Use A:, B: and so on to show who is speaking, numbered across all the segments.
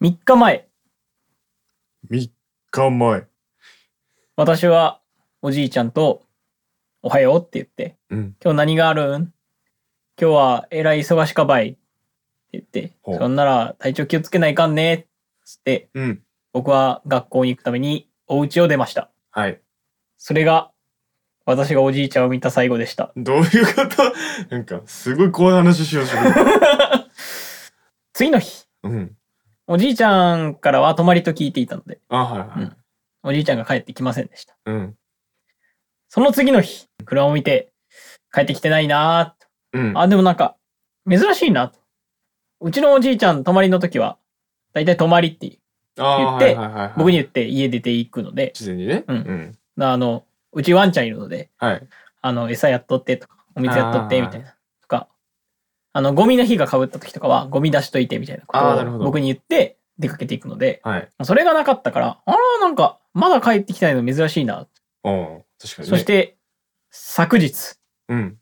A: 3日前、
B: 3日前。
A: 私はおじいちゃんと、おはようって言って、
B: うん。
A: 今日何があるん今日はえらい忙しかばいって言って、
B: ほう
A: そんなら体調気をつけないかんねっつって、
B: うん。
A: 僕は学校に行くためにお家を出ました。
B: はい。
A: それが、私がおじいちゃんを見た最後でした。
B: どういうこと なんか、すごい怖い話しようしよ
A: 次の日、
B: う。うん。
A: おじいちゃんからは泊まりと聞いていたので、
B: あ、はいはい。
A: おじいちゃんが帰ってきませんでした。
B: うん。
A: その次の日、車を見て、帰ってきてないなーと
B: うん。
A: あ、でもなんか、珍しいなと。うちのおじいちゃん泊まりの時は、だいたい泊まりって
B: あ
A: 言っ
B: ー
A: て
B: はいはいはいはい
A: 僕に言って家出ていくので、
B: 事前にね。
A: うん
B: ん。
A: あの、うちワンちゃんいるので、
B: はい。
A: あの、餌やっとってとか、お水やっとって
B: あー
A: みたいな。とか、あの、ゴミの日が被った時とかは、ゴミ出しといてみたいなこ
B: あーなる
A: と
B: ほ
A: を
B: ど
A: 僕に言って出かけていくので、
B: はい。
A: それがなかったから、あら、なんか、まだ帰ってきてないの珍しいな。
B: うん。確かに
A: そ
B: ね。
A: し。て、昨日、
B: うん。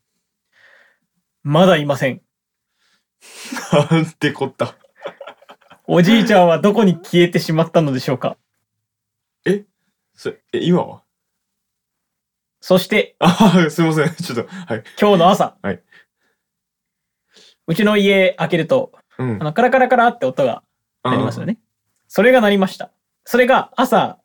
A: まだいません。
B: なんてこった。
A: おじいちゃんはどこに消えてしまったのでしょうか。
B: それ、え、今は
A: そして、
B: ああ、すいません。ちょっと、はい。
A: 今日の朝。
B: はい。
A: うちの家開けると、
B: うん
A: あ。の、カラカラカラって音が鳴りますよね。それが鳴りました。それが朝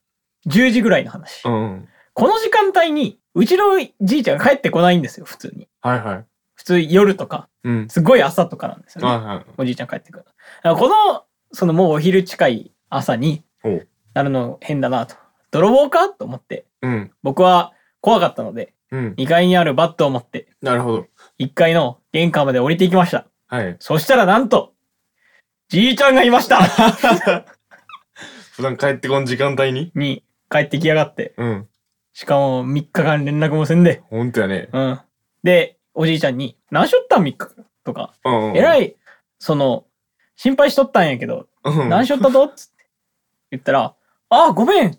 A: 10時ぐらいの話
B: う。ん。うん。
A: この時間帯に、うちのじいちゃんが帰ってこないんですよ、普通に。
B: はいはい。
A: 普通夜とか、
B: うん。
A: すごい朝とかなんですよね。
B: あはい。
A: おじいちゃん帰ってくる。だからこの、そのもうお昼近い朝に
B: ほう
A: なるの変だなと。泥棒かと思って、
B: うん。
A: 僕は怖かったので、
B: うん。
A: 2階にあるバットを持って、
B: なるほど。
A: 1階の玄関まで降りていきました。
B: はい。
A: そしたらなんと、じいちゃんがいました
B: 普段帰ってこん時間帯に
A: に帰ってきやがって、
B: うん。
A: しかも3日間連絡もせんで。
B: ほんとやね。
A: うん。で、おじいちゃんに、何しょったん ?3 日間とか、
B: うんうん。
A: えら
B: い。
A: い、その、心配しとったんやけど、
B: うん。
A: 何しょったとつって言ったら、あ、ごめん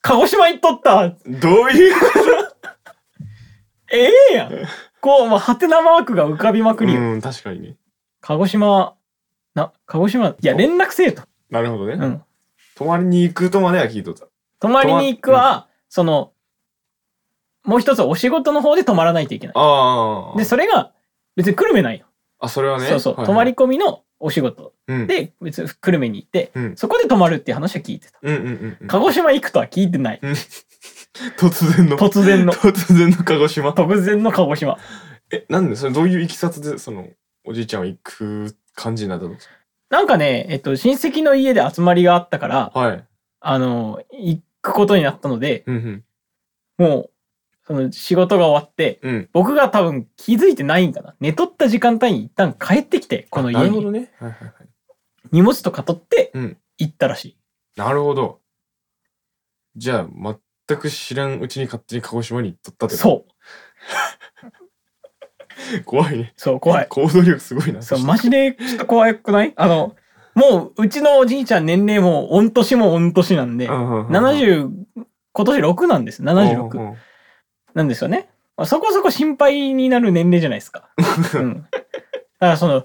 A: 鹿児島行っとった
B: どういう
A: ええや んこう、まあ、ハテナマークが浮かびまくりよ、
B: うん、確かにね。
A: 鹿児島、な、鹿児島、いや、連絡せえと。
B: なるほどね。
A: うん。
B: 泊まりに行くとまでは聞いとった。
A: 泊まりに行くは、その、もう一つお仕事の方で泊まらないといけない。
B: ああ。
A: で、それが、別に久留米なんよ。
B: あ、それはね。
A: そうそう。
B: はいはい
A: 泊まり。込みのお仕事
B: うん。
A: で、別に久留米に行って、
B: うん。
A: そこで泊まるっていう話は聞いてた。
B: うんうんうんうん。
A: 鹿児島行くとは聞いてない。
B: 突然の。
A: 突然の、
B: 突然の鹿児島。
A: 突然の鹿児島。
B: え、なんでそれどういういきさつで、その、おじいちゃんは行く感じになったの
A: なんかね、えっと、親戚の家で集まりがあったから、
B: はい。
A: あの、行くことになったので、
B: うんうん。
A: もう、その仕事が終わって、
B: うん。
A: 僕が多分気づいてないんかな。寝とった時間帯に一旦帰ってきて、この
B: あな
A: 家
B: るほど
A: に
B: ね。はいはいはい。
A: 荷物とか取って
B: うん
A: 行ったらしい。
B: なるほど。じゃあ、全く知らんうちに勝手に鹿児島に行っとったってこ
A: そう、
B: と。怖いね。
A: そう、怖い。
B: 行動力すごいな。
A: そう、
B: そ
A: マジでちょっと怖くないあの、もう、うちのおじいちゃん年齢も、御年も御年なんで、
B: 70
A: 70、今年6なんです。76。なんですよね。まあそこそこ心配になる年齢じゃないです か。うん。だからその、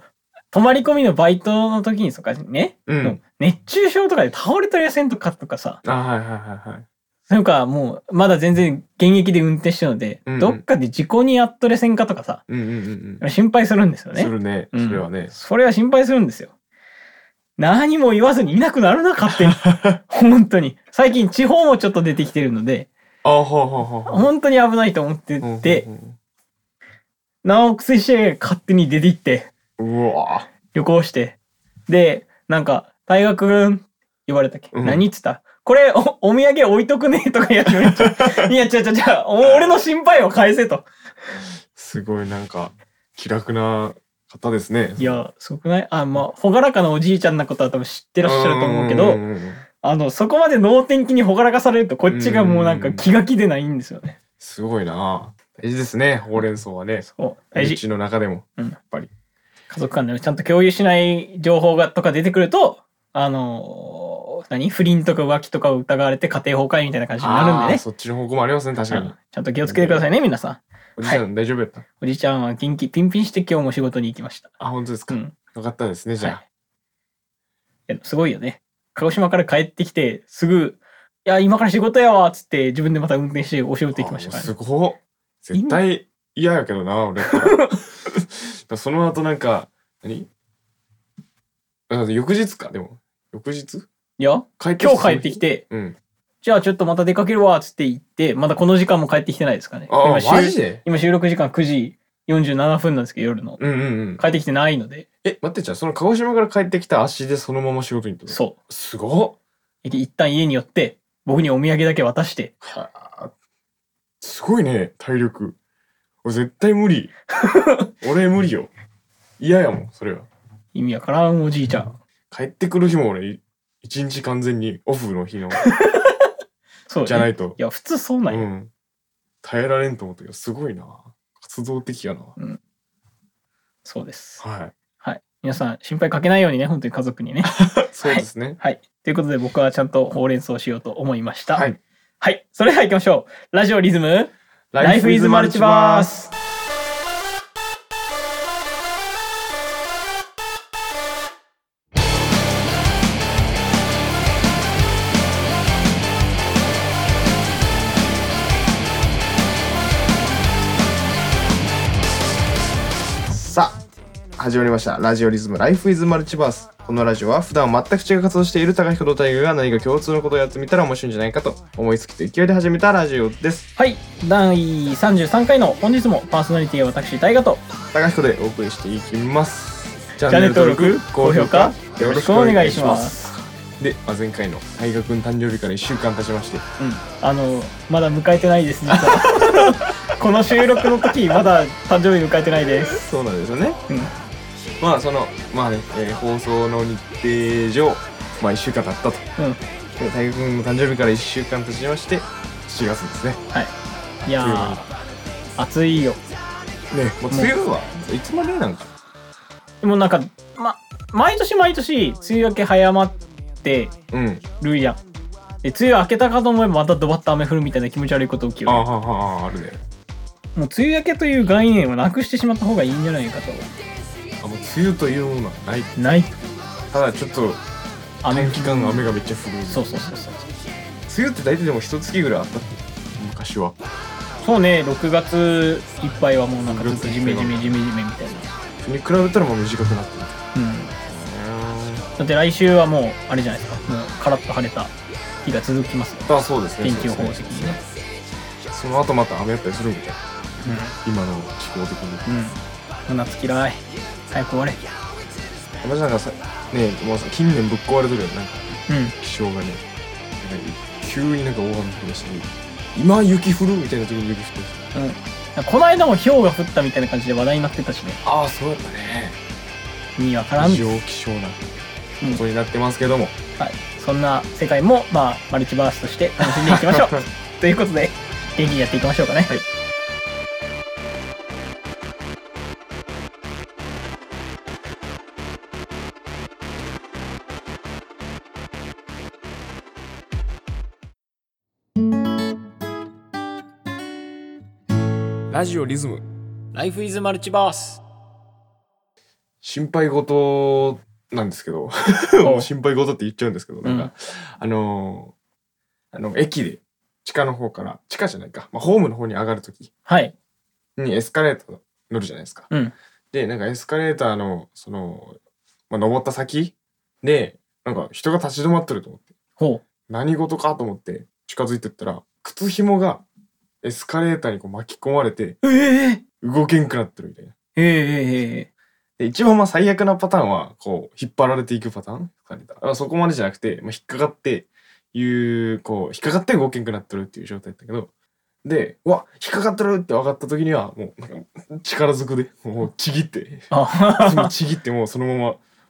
A: 泊まり込みのバイトの時にとかね、
B: うん。
A: 熱中症とかで倒れたりやせんとかとかさ、
B: あ、はいはいはいはい。
A: それかもうまだ全然現役で運転してるので、
B: うんうん
A: どっかで事故にやっとれせんかとかさ、
B: うんうんうん
A: 心配するんですよ
B: うん。す
A: ね。
B: るね。
A: うん
B: それはね。
A: それは心配するんですよ。何も言わずにいなくなるな、勝 手に。本当に。最近地方もちょっと出てきてるので、
B: あ、はあはあはあはあ
A: 本当に危ないと思って
B: うんうんうん。
A: て、、直くせして勝手に出て行って、
B: うわ
A: 旅行して。で、なんか、大学くん、言われたっけ、
B: うん
A: 何言ってたこれお、お土産置いとくねとか言われ て。いや、ちゃちゃちゃ、お俺の心配を返せと。
B: すごいなんか、気楽な方ですね。
A: いや、すごくないあ、まあ、ほがらかなおじいちゃんなことは多分知って
B: い
A: らっしゃると思うけど、
B: んんうん
A: あの、そこまで能天気にほがらかされると、こっちがもうなんか気が気でないんですよね。
B: すごいな。大事ですね、ほうれん草はね。
A: そう。大
B: う
A: 事。
B: ちの中でも。
A: 家族間でもちゃんと共有しない情報がとか出てくると、あのー何不倫とか浮気とかを疑われて家庭崩壊みたいな感じになるんで
B: あー
A: ね。
B: そっちの方向もありますね、確かに。
A: ちゃんと気をつけてくださいね、皆さん。
B: おじいちゃん大丈夫やった
A: おじちゃんは元気ピンピンして今日も仕事に行きました。
B: あ、本当です
A: う
B: か。よ
A: ん。
B: かったですね、じゃあ。
A: いやすごいよね。鹿児島から帰ってきて、すぐ、いや、今から仕事やわっつって、自分でまた運転してお仕事行きました
B: あ
A: か
B: ー
A: ら、
B: す
A: ね。
B: ごっ絶対嫌やけどな、俺やったら。だからその後なんか、何だから翌日か、でも。翌日
A: いや、
B: 帰って
A: 今日帰ってき
B: て。
A: て、
B: うん。
A: じゃあちょっとまた出かけるわっつって行って、まだこの時間も帰ってきてないですかね。
B: ああ、
A: 収
B: マジで
A: 今収録時間9時47分なんですけど、夜の。
B: うんうんうん。
A: 帰ってきてないので、
B: え、待ってじゃん、その鹿児島から帰ってきた足でそのまま仕事に行ったの
A: そう。
B: すごっ
A: い一旦家に寄って、僕にお土産だけ渡して、
B: はあすごいね、体力。俺絶対 無理。俺無理よ。嫌やもん、それは。
A: 意味わからんおじいちゃん。
B: 帰ってくる日も俺、一日完全にオフの 日の、
A: そう、ね、。
B: じゃないいと。
A: や、普通そうなん
B: う
A: や。
B: ん。耐えられんと思ったけど、すごいな。活動的やな。
A: そうです。
B: はい。
A: はい。皆さん、心配かけないようにね、本当に家族にね。
B: そうですね。
A: はい。ということで、僕はちゃんとほうれん草をしようと思いました。
B: はい。
A: はい。それでは行きましょう。ラジオリズム、ライフイズマルチバー。ス。
B: さあ始まりましたラジオリズムライフイズマルチバースこのラジオは普段全く違う活動している高彦と大我が何か共通のことをやってみたら面白いんじゃないかと思いつきと勢いで始めたラジオです
A: はい。第33回の本日もパーソナリティは私、大河と、
B: 高彦でお送りしていきますチ
A: ャンネル登録高評価よろしくお願いします
B: で、まあ、前回の大我くん誕生日から1週間経ちまして
A: うん、あの、まだ迎えてない です、実は。この収録の時、まだ誕生日迎えてないです。
B: そうなんですよね
A: うん。
B: まあそのまあね、えー放送の日程上まあ1週間経ったと
A: うん。
B: で大我くんの誕生日から1週間経ちまして7月ですね
A: はい。いやー
B: 急に、
A: 暑いよ。
B: ね、もう梅雨はいつまでなんか。
A: でもなんか、ま、毎年毎年、梅雨明け早まって
B: うん。
A: るやん。で、梅雨明けたかと思えばまたドバッと雨降るみたいな気持ち悪いこと起きる。
B: あ
A: も
B: あ、
A: う
B: はあ、ああ、あるね。
A: 梅雨明けという概念をなくしてしまった方がいいんじゃないか
B: あ、もう梅雨というものはない。
A: と。ない。
B: ただちょっと、
A: 雨
B: 短期間雨がめっちゃ降る。
A: そうそうそうそう。
B: 梅雨って大体でも一月ぐらいあったって。昔は。
A: そうね、6月いっぱいはもうなんかずっとジメジメジメジメみたいな。
B: それに比べたらもう短くなってる。
A: うん。だって来週はもうあれじゃないですかもうカラッと晴れた日が続きますよ
B: あ、そうですね。
A: 天気予報
B: そ
A: 的
B: うです
A: に
B: ね
A: ね
B: その後また雨やったりするみたいな。今の気候的に。
A: うん、うん、夏嫌い早く終われ
B: 私なんかさ、ね、もうさ、近年ぶっ壊れてるよね。なんか
A: う
B: 気象がね。なんか急になんか大雨降りましたね。今雪降るみたいな時に雪降ってる。
A: ん、うん、この間も氷が降ったみたいな感じで話題になってたしね
B: ああ、そうやったね。
A: 意味わからんで
B: 異
A: す、
B: 常気象な
A: うん
B: ことになってますけども、
A: はい、そんな世界もまあマルチバースとして楽しんでいきましょう ということで元気にやっていきましょうかね
B: はいラジオリズム
A: ライフイズマルチバース
B: 心配事なんですけどもう心配事って言っちゃうんですけどなんか、
A: うん
B: あのーあの駅で地下の方から地下じゃないか、まあ、ホームの方に上がる時
A: はい
B: にエスカレーター乗るじゃないですか。
A: うん
B: でなんかエスカレーターのその、まあ、登った先でなんか人が立ち止まってると思って
A: ほ
B: 何事かと思って近づいてったら靴紐がエスカレーターにこう巻き込まれて
A: うえ
B: 動けんくなってるみたいな。
A: えええ
B: で一番まあ最悪なパターンはこう引っ張られていくパターン疲れたあそこまでじゃなくて、まあ、引っかかっていうこう引っかかって動けんくなってるっていう状態だったけどでうわ引っかかってるって分かった時にはもうなんか力ずくでもうちぎって
A: あ
B: もうちぎってもうその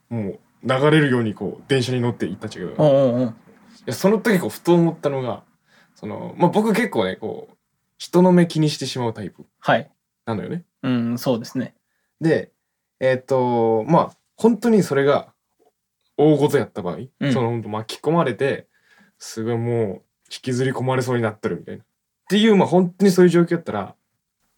B: ままもう流れるようにこう電車に乗って行ったんだけどい
A: おうおうおう
B: やその時こうふと思ったのがその、まあ、僕結構ねこう人の目気にしてしまうタイプ
A: はい
B: なのよね。
A: うんそうですね
B: でえっ、とまあ本当にそれが大事やった場合、
A: うん
B: その本当巻き込まれてすごいもう引きずり込まれそうになってるみたいなっていうまあ本当にそういう状況やったら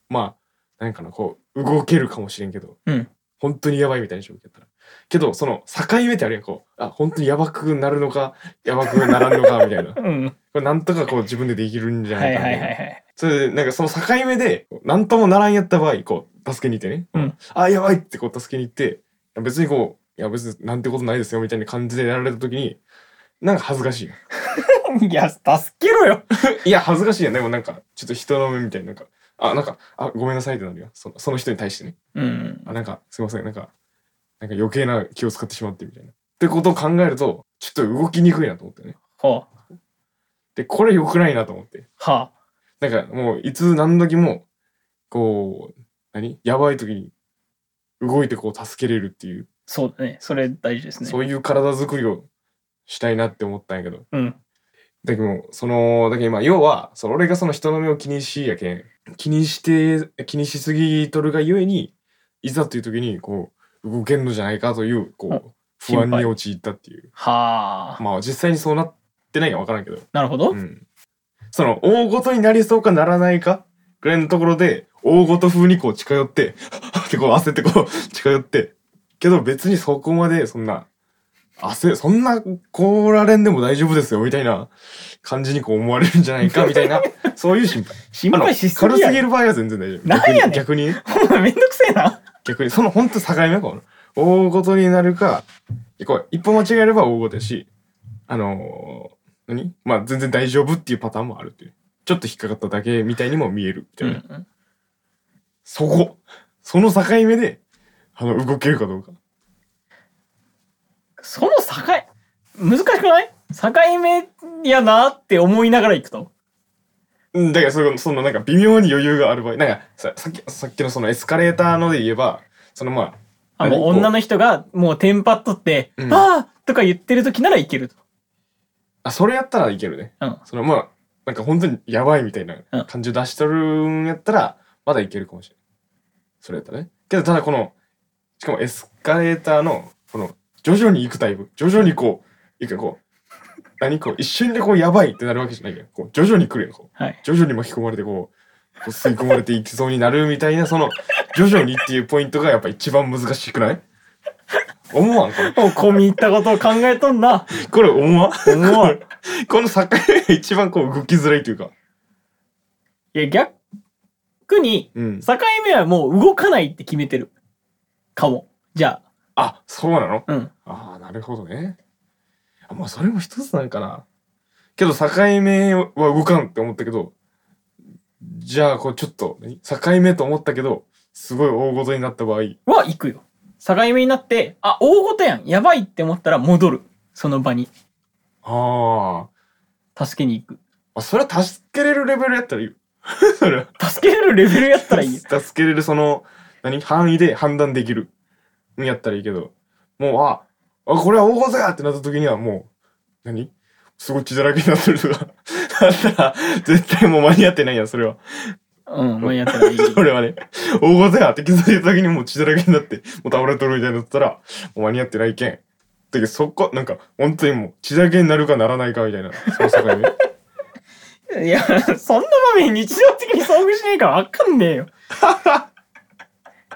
B: まあ何かなこう動けるかもしれんけど
A: うん
B: 本当にやばいみたいな状況やったらけどその境目ってあるやんこうあ本当にやばくなるのかやばくならんのかみたいなこ
A: うん。
B: れなんとかこう自分でできるんじゃ
A: は
B: ない
A: い
B: か
A: はい
B: みた
A: はい
B: いな
A: はい。
B: それでなんかその境目で何ともならんやった場合こう助けに行ってね、
A: うん
B: あやばいってこう助けに行って別にこういや別になんてことないですよみたいな感じでやられた時になんか恥ずかし いやん
A: いや、助けろよ。
B: いや恥ずかしいやんでもなんかちょっと人の目みたいななんかあなんかあごめんなさいってなるよそのその人に対してね
A: うん。
B: あなんかすいませんなんかなんか余計な気を使ってしまってみたいなってことを考えるとちょっと動きにくいなと思ってね
A: ほう。
B: でこれ良くないなと思って
A: は
B: なんかもういつ何時もこう何やばい時に動いてこう助けれるっていう、
A: そうだね。それ大事ですね。
B: そういう体づくりをしたいなって思ったんやけど
A: うん。
B: だけどそのだけどまあ要はその俺がその人の目を気にしいやけん気にして気にしすぎとるがゆえにいざという時にこう動けんのじゃないかという
A: う
B: こう不
A: 心配
B: 安に陥ったっていう
A: はあ。
B: まあ実際にそうなってないか分からんけど
A: なるほど。
B: うんその大ごとになりそうかならないかぐらいのところで大ごと風にこう近寄って ってこう焦ってこう 近寄ってけど別にそこまでそんな焦そんなこられんでも大丈夫ですよみたいな感じにこう思われるんじゃないかみた いなそういう心配
A: 心
B: あの
A: 配
B: 軽
A: しす
B: す
A: ぎや
B: ぎ
A: ろ。
B: る場合は全然大丈夫
A: なんやねん
B: 逆に逆に
A: ほんまめんどくせえな。
B: 逆にその本当境目この大ごとになるかこう一歩間違えれば大ごとやしあのー何まあ全然大丈夫っていうパターンもあるっていうちょっと引っかかっただけみたいにも見えるみた
A: う
B: い
A: ん
B: な、そこその境目であの動けるかどうか
A: その境、難しくない境目やなって思いながら行くと。
B: うんだからそのそのなんか微妙に余裕がある場合なんかささっきさっきのそのエスカレーターので言えばそのまあ
A: あもう
B: 何こう
A: 女の人がもうテンパっとって、
B: うん
A: ああとか言ってる時ならいけると。
B: あそれやったらいけるね
A: うん。
B: そのまあなんか本当にやばいみたいな
A: うん
B: 感じを出しとるんやったらまだいけるかもしれないそれやったらねけどただこのしかもエスカレーターのこの徐々に行くタイプ徐々にこう行くこう何こう一瞬でこうやばいってなるわけじゃないけどこう徐々に来るやんこう
A: はい。
B: 徐々に巻き込まれてこうこう吸い込まれていきそうになるみたいなその徐々にっていうポイントがやっぱ一番難しくない思わんこれ
A: もう込み入ったことを考えとん な。
B: これ思わん
A: 思わん。
B: この境目が一番こう動きづらいというか
A: いや、逆に、
B: うん
A: 境目はもう動かないって決めてる。かも。じゃ
B: あそうなの
A: あ、うん。
B: ああなるほどねあまあそれも一つなんかなけど境目は動かんって思ったけどじゃあこうちょっと何境目と思ったけどすごい大ごとになった場合
A: は行くよ。境目になって、あ、大ごとやん。やばいって思ったら戻る。その場に。
B: あー
A: 助けに行く。
B: あそれは助けれるレベルやったらいいよ それは
A: 助けるレベルやったらいいよ。
B: 助けれるその何範囲で判断できるんやったらいいけどもうああこれは大ごとやってなった時にはもう何すごい血だらけになってるとか あったら絶対もう間に合ってないやんそれは
A: うん、もうやったらいい。
B: それはね、大ごとやって気づいた時にもう血だらけになって、もう倒れとるみたいになったら、もう間に合ってないけん。だけどそこ、なんか、本当にもう血だらけになるかならないかみたいな、その境目。
A: いや、そんな場面日常的に遭遇しねえからわかんねえ よ。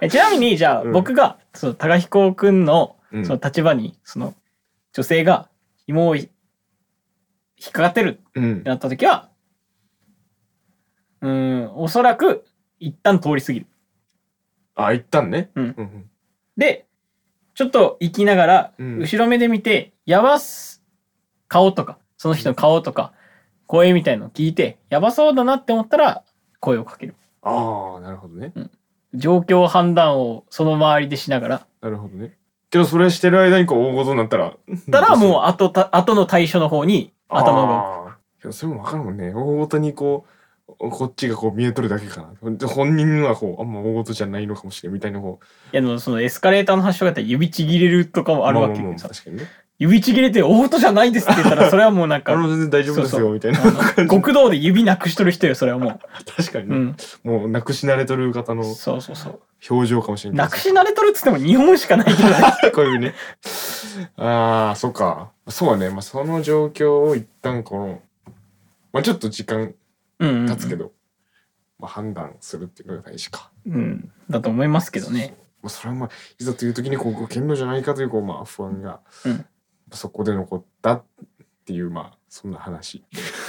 A: えちなみに、じゃあ、
B: うん
A: 僕が、その、高彦くんの、
B: うん
A: その立場に、その、女性が紐をひ引っかかってるっ
B: うん
A: て。なった時は、うーん、おそらく、一旦通り過ぎる。
B: あ、一旦ね。
A: うん
B: うん
A: で、ちょっと行きながら、
B: うん
A: 後ろ目で見て、やばす顔とか、その人の顔とか、声みたいのを聞いて、やばそうだなって思ったら、声をかける。
B: ああ、なるほどね。
A: 状況判断をその周りでしながら、
B: なるほどね。けど、それしてる間にこう、大ごとになったら。
A: たら
B: う
A: もう後た、後の対処の方に頭が。
B: が。けど、それもわかるもんね。大ごとにこう、こっちがこう見えとるだけかな。ほん本人はこう、あんま大ごとじゃないのかもしれんみたいな方。
A: いや、でもそのエスカレーターの発症があったら指ちぎれるとかもあるわけ
B: ままま
A: で
B: あ
A: さ、
B: 確かにね。
A: 指ちぎれて大音じゃないですって言ったら、それはもうなん
B: あ
A: か、
B: の、全然大丈夫です
A: そうそ
B: よ、みたいな。
A: あの 極道で指なくしとる人よ、それはも
B: 確かに
A: う。う
B: ね。
A: ん。
B: もうなくし慣れとる方の
A: そうそうそう。
B: 表情かもしれな
A: ないくし慣れとるっつっても日本しか ないじゃない。
B: こういうね。ああ、そっか。そうね。まあ、その状況を一旦この、まあ、ちょっと時間
A: うんうんうん、
B: 経つけど、まあ、判断するっていうのが大事か。
A: うん。だと思いますけどね。
B: まあ、それはまあいざという時にこう動けるのじゃないかというこうまあ不安が、
A: うん
B: そこで残ったっていうまあそんな話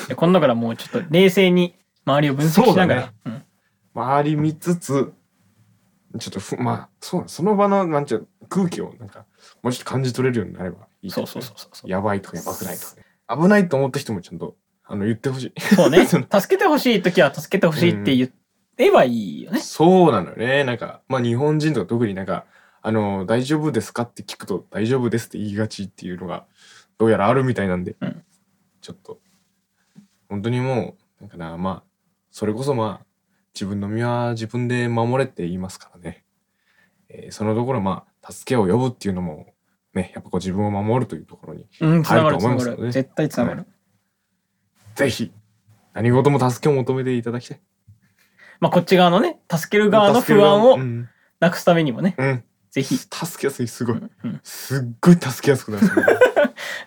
A: で今度からもうちょっと冷静に周りを分析しながら
B: そう
A: うん
B: まああり見つつちょっとふまあそうその場のなんちゅう空気をなんかもうちょっと感じ取れるようになればいいけ
A: そう
B: どね
A: そうそうそうそう
B: やばいとかやばくないとかね、危ないと思った人もちゃんとあの言ってほしい
A: そう ね。
B: そ
A: 助けてほしいときは助けてほしいって言えばいいよね。
B: そうなのよねなんかまあ日本人とか特になんかあの大丈夫ですかって聞くと大丈夫ですって言いがちっていうのがどうやらあるみたいなんで、
A: うん
B: ちょっと本当にもうなんかなまあそれこそまあ自分の身は自分で守れって言いますからね、えーそのところまあ助けを呼ぶっていうのもねやっぱこう自分を守るというところに
A: うん、つながる
B: ある
A: つ
B: と思
A: なが
B: いますよね
A: る。絶対つながる。
B: ぜひ何事も助けを求めていただきたい
A: まあこっち側のね、助ける側の不安を
B: うん、
A: なくすためにもね、
B: うん、
A: ぜひ。
B: 助けやすいすご
A: う
B: い、
A: んうん
B: すっごい助けやすくなるそれ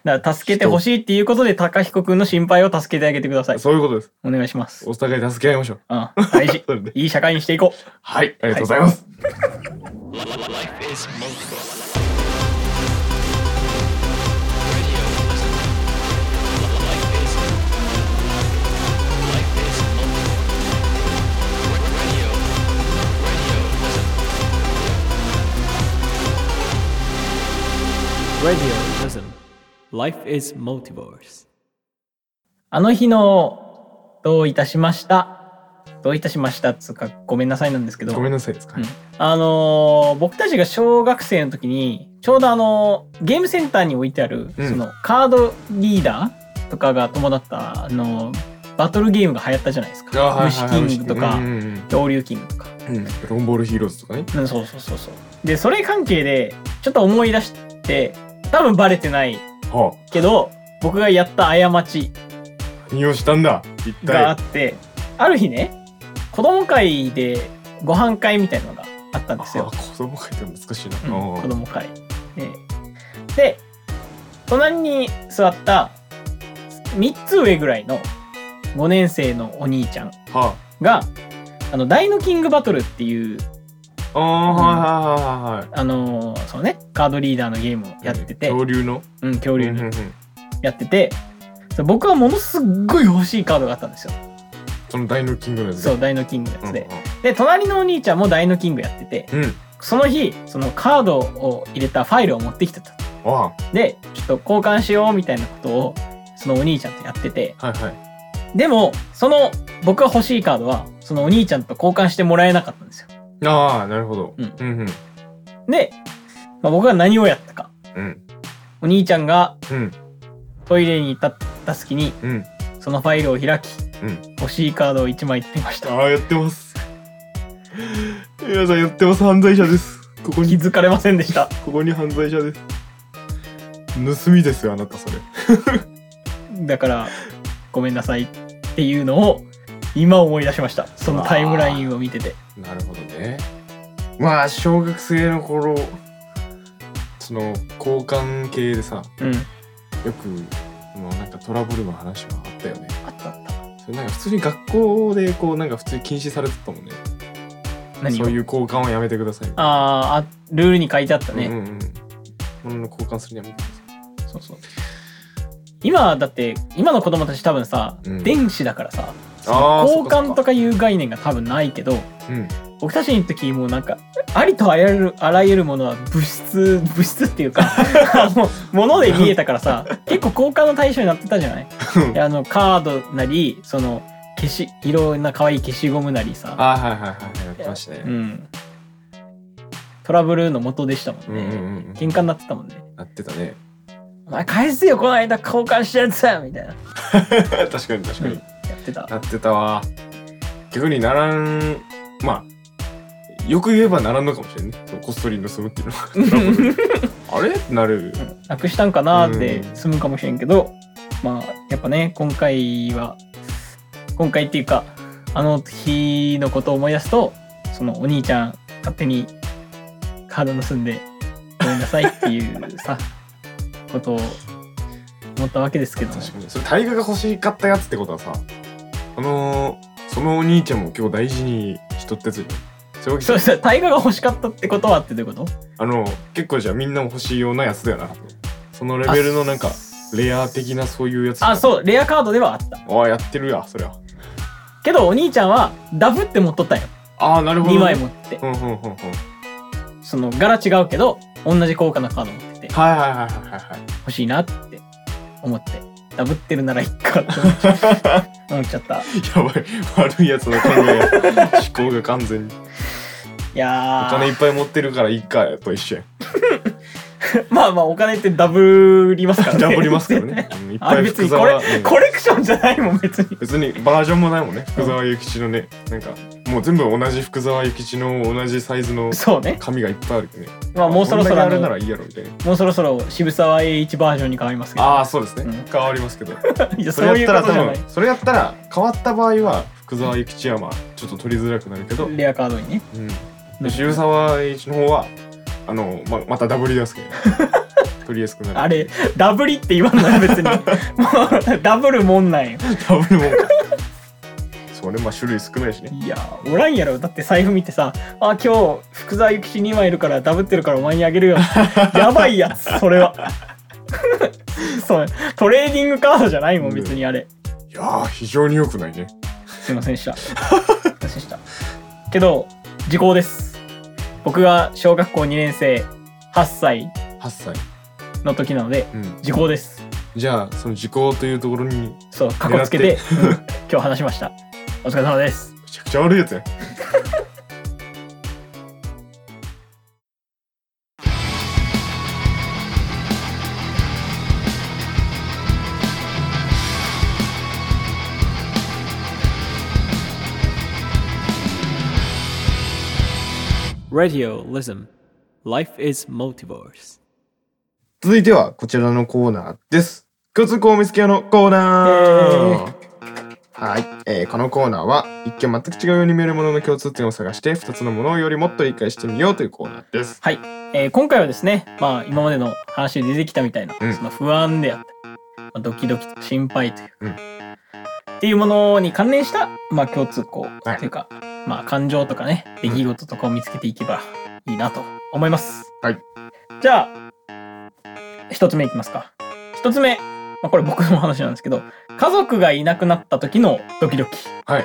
A: だから助けてほしいっていうことで、高彦くんの心配を助けてあげてください。
B: そういうことです。
A: お願いします。
B: お互い助け合いましょう。。
A: うん、大事
B: それで
A: いい社会にしていこう。
B: はい、ありがとうございます。
C: Radio Listen. Life is multiverse.
A: あの日の、どういたしました。どういたしましたつうか、ごめんなさいなんですけど。
B: ごめんなさいですか。
A: うんあのー僕たちが小学生の時にちょうどあのーゲームセンターに置いてある、
B: うん
A: そのカードリーダーとかが伴ったあのーバトルゲームが流行ったじゃないですか。虫キングとか
B: うんうん
A: 恐竜キングとか。
B: うんうんロンボールヒーローズとかね。
A: うん、そうそうそうそう。でそれ関係でちょっと思い出して多分バレてない
B: は
A: けど僕がやった過ち
B: あ、何をしたんだ一
A: があ
B: 体
A: っ。てある日ね子供会でご飯会みたいなのがあったんですよ
B: あ。子供がいて難しいな。
A: うん、子
B: あ
A: 供会でで隣に座った3つ上ぐらいの5年生のお兄ちゃん
B: あは
A: があのダイノキングバトルっていう、
B: あ、ああー、はいはいはいはいはい。
A: あのーそのねカードリーダーのゲームをやってて、
B: 恐竜の。
A: うん、恐竜
B: うん
A: に
B: うんうん
A: やってて、そう僕はものすっごい欲しいカードがあったんですよ、
B: その大のキングのやつね。
A: そうダイノキングのやつで、
B: う
A: で隣のお兄ちゃんもダイノキングやってて
B: んうん。うん。
A: その日そのカードを入れたファイルを持ってきてた
B: あ
A: でちょっと交換しようみたいなことをそのお兄ちゃんとやってて
B: あ、はいはい。
A: でもその僕が欲しいカードはそのお兄ちゃんと交換してもらえなかったんですよ
B: ああ、なるほど。
A: うん
B: うんうん
A: で、まあ、僕が何をやったか
B: うん
A: お兄ちゃんが
B: うん
A: トイレに立った隙に
B: うん。
A: そのファイルを開き、
B: うん
A: 欲しいカードを1枚取りました
B: ああ、やってます。皆さんやってます。犯罪者です。ここ
A: 気
B: に
A: づかれませんでした
B: ここに犯罪者です。盗みですよ、あなたそれ。
A: だからごめんなさいっていうのを今思い出しましたそのタイムラインを見てて
B: なるほどね。まあ、小学生の頃、その、交換系でさ、
A: うん
B: よく、もうなんかトラブルの話はあったよね。
A: あったあった
B: それなんか普通に学校で、こう、なんか普通に禁止されてたもんね。
A: 何を
B: そういう交換はやめてくださいみたい
A: あーあルールに書いてあった
B: な。
A: ね、
B: うんうんうん。物の交換するにはやめてください。
A: そうそう今だって今の子供たち多分さ、
B: うん
A: 電子だからさ
B: あー
A: 交換と
B: か。
A: かいう概念が多分ないけど
B: うん。
A: 僕たちの時もうなんかありとあらゆるあらゆるものは物質物質っていう かあの物で見えたからさ結構交換の対象になってたじゃない
B: うん
A: であのカードなりその消しいろんな可愛い消しゴムなりさ、
B: あーはいはいはいはい。やってました
A: う
B: ね。
A: ん、トラブルの元でしたも
B: うんんうん
A: ね、
B: うん
A: 喧嘩になってたもんね
B: うん。なってたね。
A: 「お前返せよこの間交換したやつだ!」みたいな
B: 確かに確かに。
A: やってた
B: なってたわ逆にならんまあよく言えばならんのかもしれんねそうこっそり盗むっていうのはあれってなる
A: なくしたんかなーって
B: うん
A: 済むかもしれんけど、まあやっぱね今回は今回っていうかあの日のことを思い出すとそのお兄ちゃん勝手にカード盗んでごめんなさいっていうさことを思ったわけですけども
B: 確かにそれ大河が欲しかったやつってことはさあのーそのお兄ちゃんも今日大事にしとってついそういうわけじ
A: そ
B: ゃ
A: うそう、タイガが欲しかったってことはってどういうこと
B: あの結構じゃあみんなも欲しいようなやつだよなそのレベルのなんかレア的なそういうやつ
A: あ、
B: う
A: そう、レアカードではあった。
B: ああやってるやそりゃ
A: けど、お兄ちゃんはダブって持っとったんよ。
B: ああなるほど
A: 2枚持って。
B: うんうんうんうんはい
A: その、柄違うけど、同じ効果のカード持ってて、
B: はいはいはいはいはい
A: 欲しいなって思って、ダブってるならいいかって思っちゃった 思っちゃった。い
B: やばい悪いやつの考え思考が完全にお
A: や
B: 金い
A: ー、
B: っぱい持ってるからいいかと一緒や
A: まあまあ、お金ってダブりますからね。
B: ダブりますからねうんいっ
A: あ
B: ぱ
A: れ
B: い
A: 別
B: 福
A: にこ
B: 沢う
A: れ、
B: ん
A: コレクションじゃないもん、別に。
B: 別にバージョンもないもんね福沢諭吉のねなんかもう全部同じ福沢諭吉の同じサイズの
A: そうね。
B: 紙がいっぱいあるけどね
A: まあ、もうそろそ
B: こん
A: ろ
B: だ
A: あ
B: けあれな
A: の、
B: らいいやろみたいな
A: もうそろそろ渋沢栄一バージョンに変わりますけど。
B: ああそうですね、
A: うん
B: 変わりますけど
A: いや、そ
B: それ
A: う
B: や
A: い
B: っ
A: う
B: た
A: こ
B: ら
A: とじゃ
B: 多
A: ない
B: 分。それやったら変わった場合は福沢諭吉はまあちょっと取りづらくなるけど、うん、
A: レアカードにね。
B: で渋沢栄一の方はあのままたダブりですけ ど、ね、取りやすくなる
A: あれ、ダブリって言わんのよ、別に。もう、ダブるもんなんよ。
B: ダブルもんかそれまあ種類少ないしね
A: いや、おらんやろ。だって財布見てさ、あ、今日、福沢諭吉2枚いるから、ダブってるからお前にあげ るよ。やばいやつ、それは。 そう、トレーディングカードじゃないもん、別にあれ。
B: いやー非常に良くないね
A: すいませんでした。すいませんでした。けど、時効です。僕が小学校2年生、8歳
B: 8歳
A: の時なので、
B: うん
A: 時効です。
B: じゃあその時効というところに
A: そう、かっこつけて、うん今日話しました。お疲れ様です。
B: めちゃくちゃ悪いやつや
C: Radio Lism. Life is multiverse.
B: 続いてはこちらのコーナーです共通項を見つけようのコーナー、はい、えーこのコーナーは一見全く違うように見えるものの共通点を探して2つのものをよりもっと理解してみようというコーナーです
A: はい、えー今回はですね、まあ、今までの話で出てきたみたいな、
B: うん
A: その不安であったり、まあ、ドキドキと心配という、
B: うん
A: っていうものに関連した、まあ、共通項
B: はい
A: というか、まあ、感情とかね出来事とかを見つけていけばいいなと思います。
B: はい、
A: じゃあ一つ目いきますか。一つ目、まあ、これ僕の話なんですけど家族がいなくなった時のドキドキ
B: はい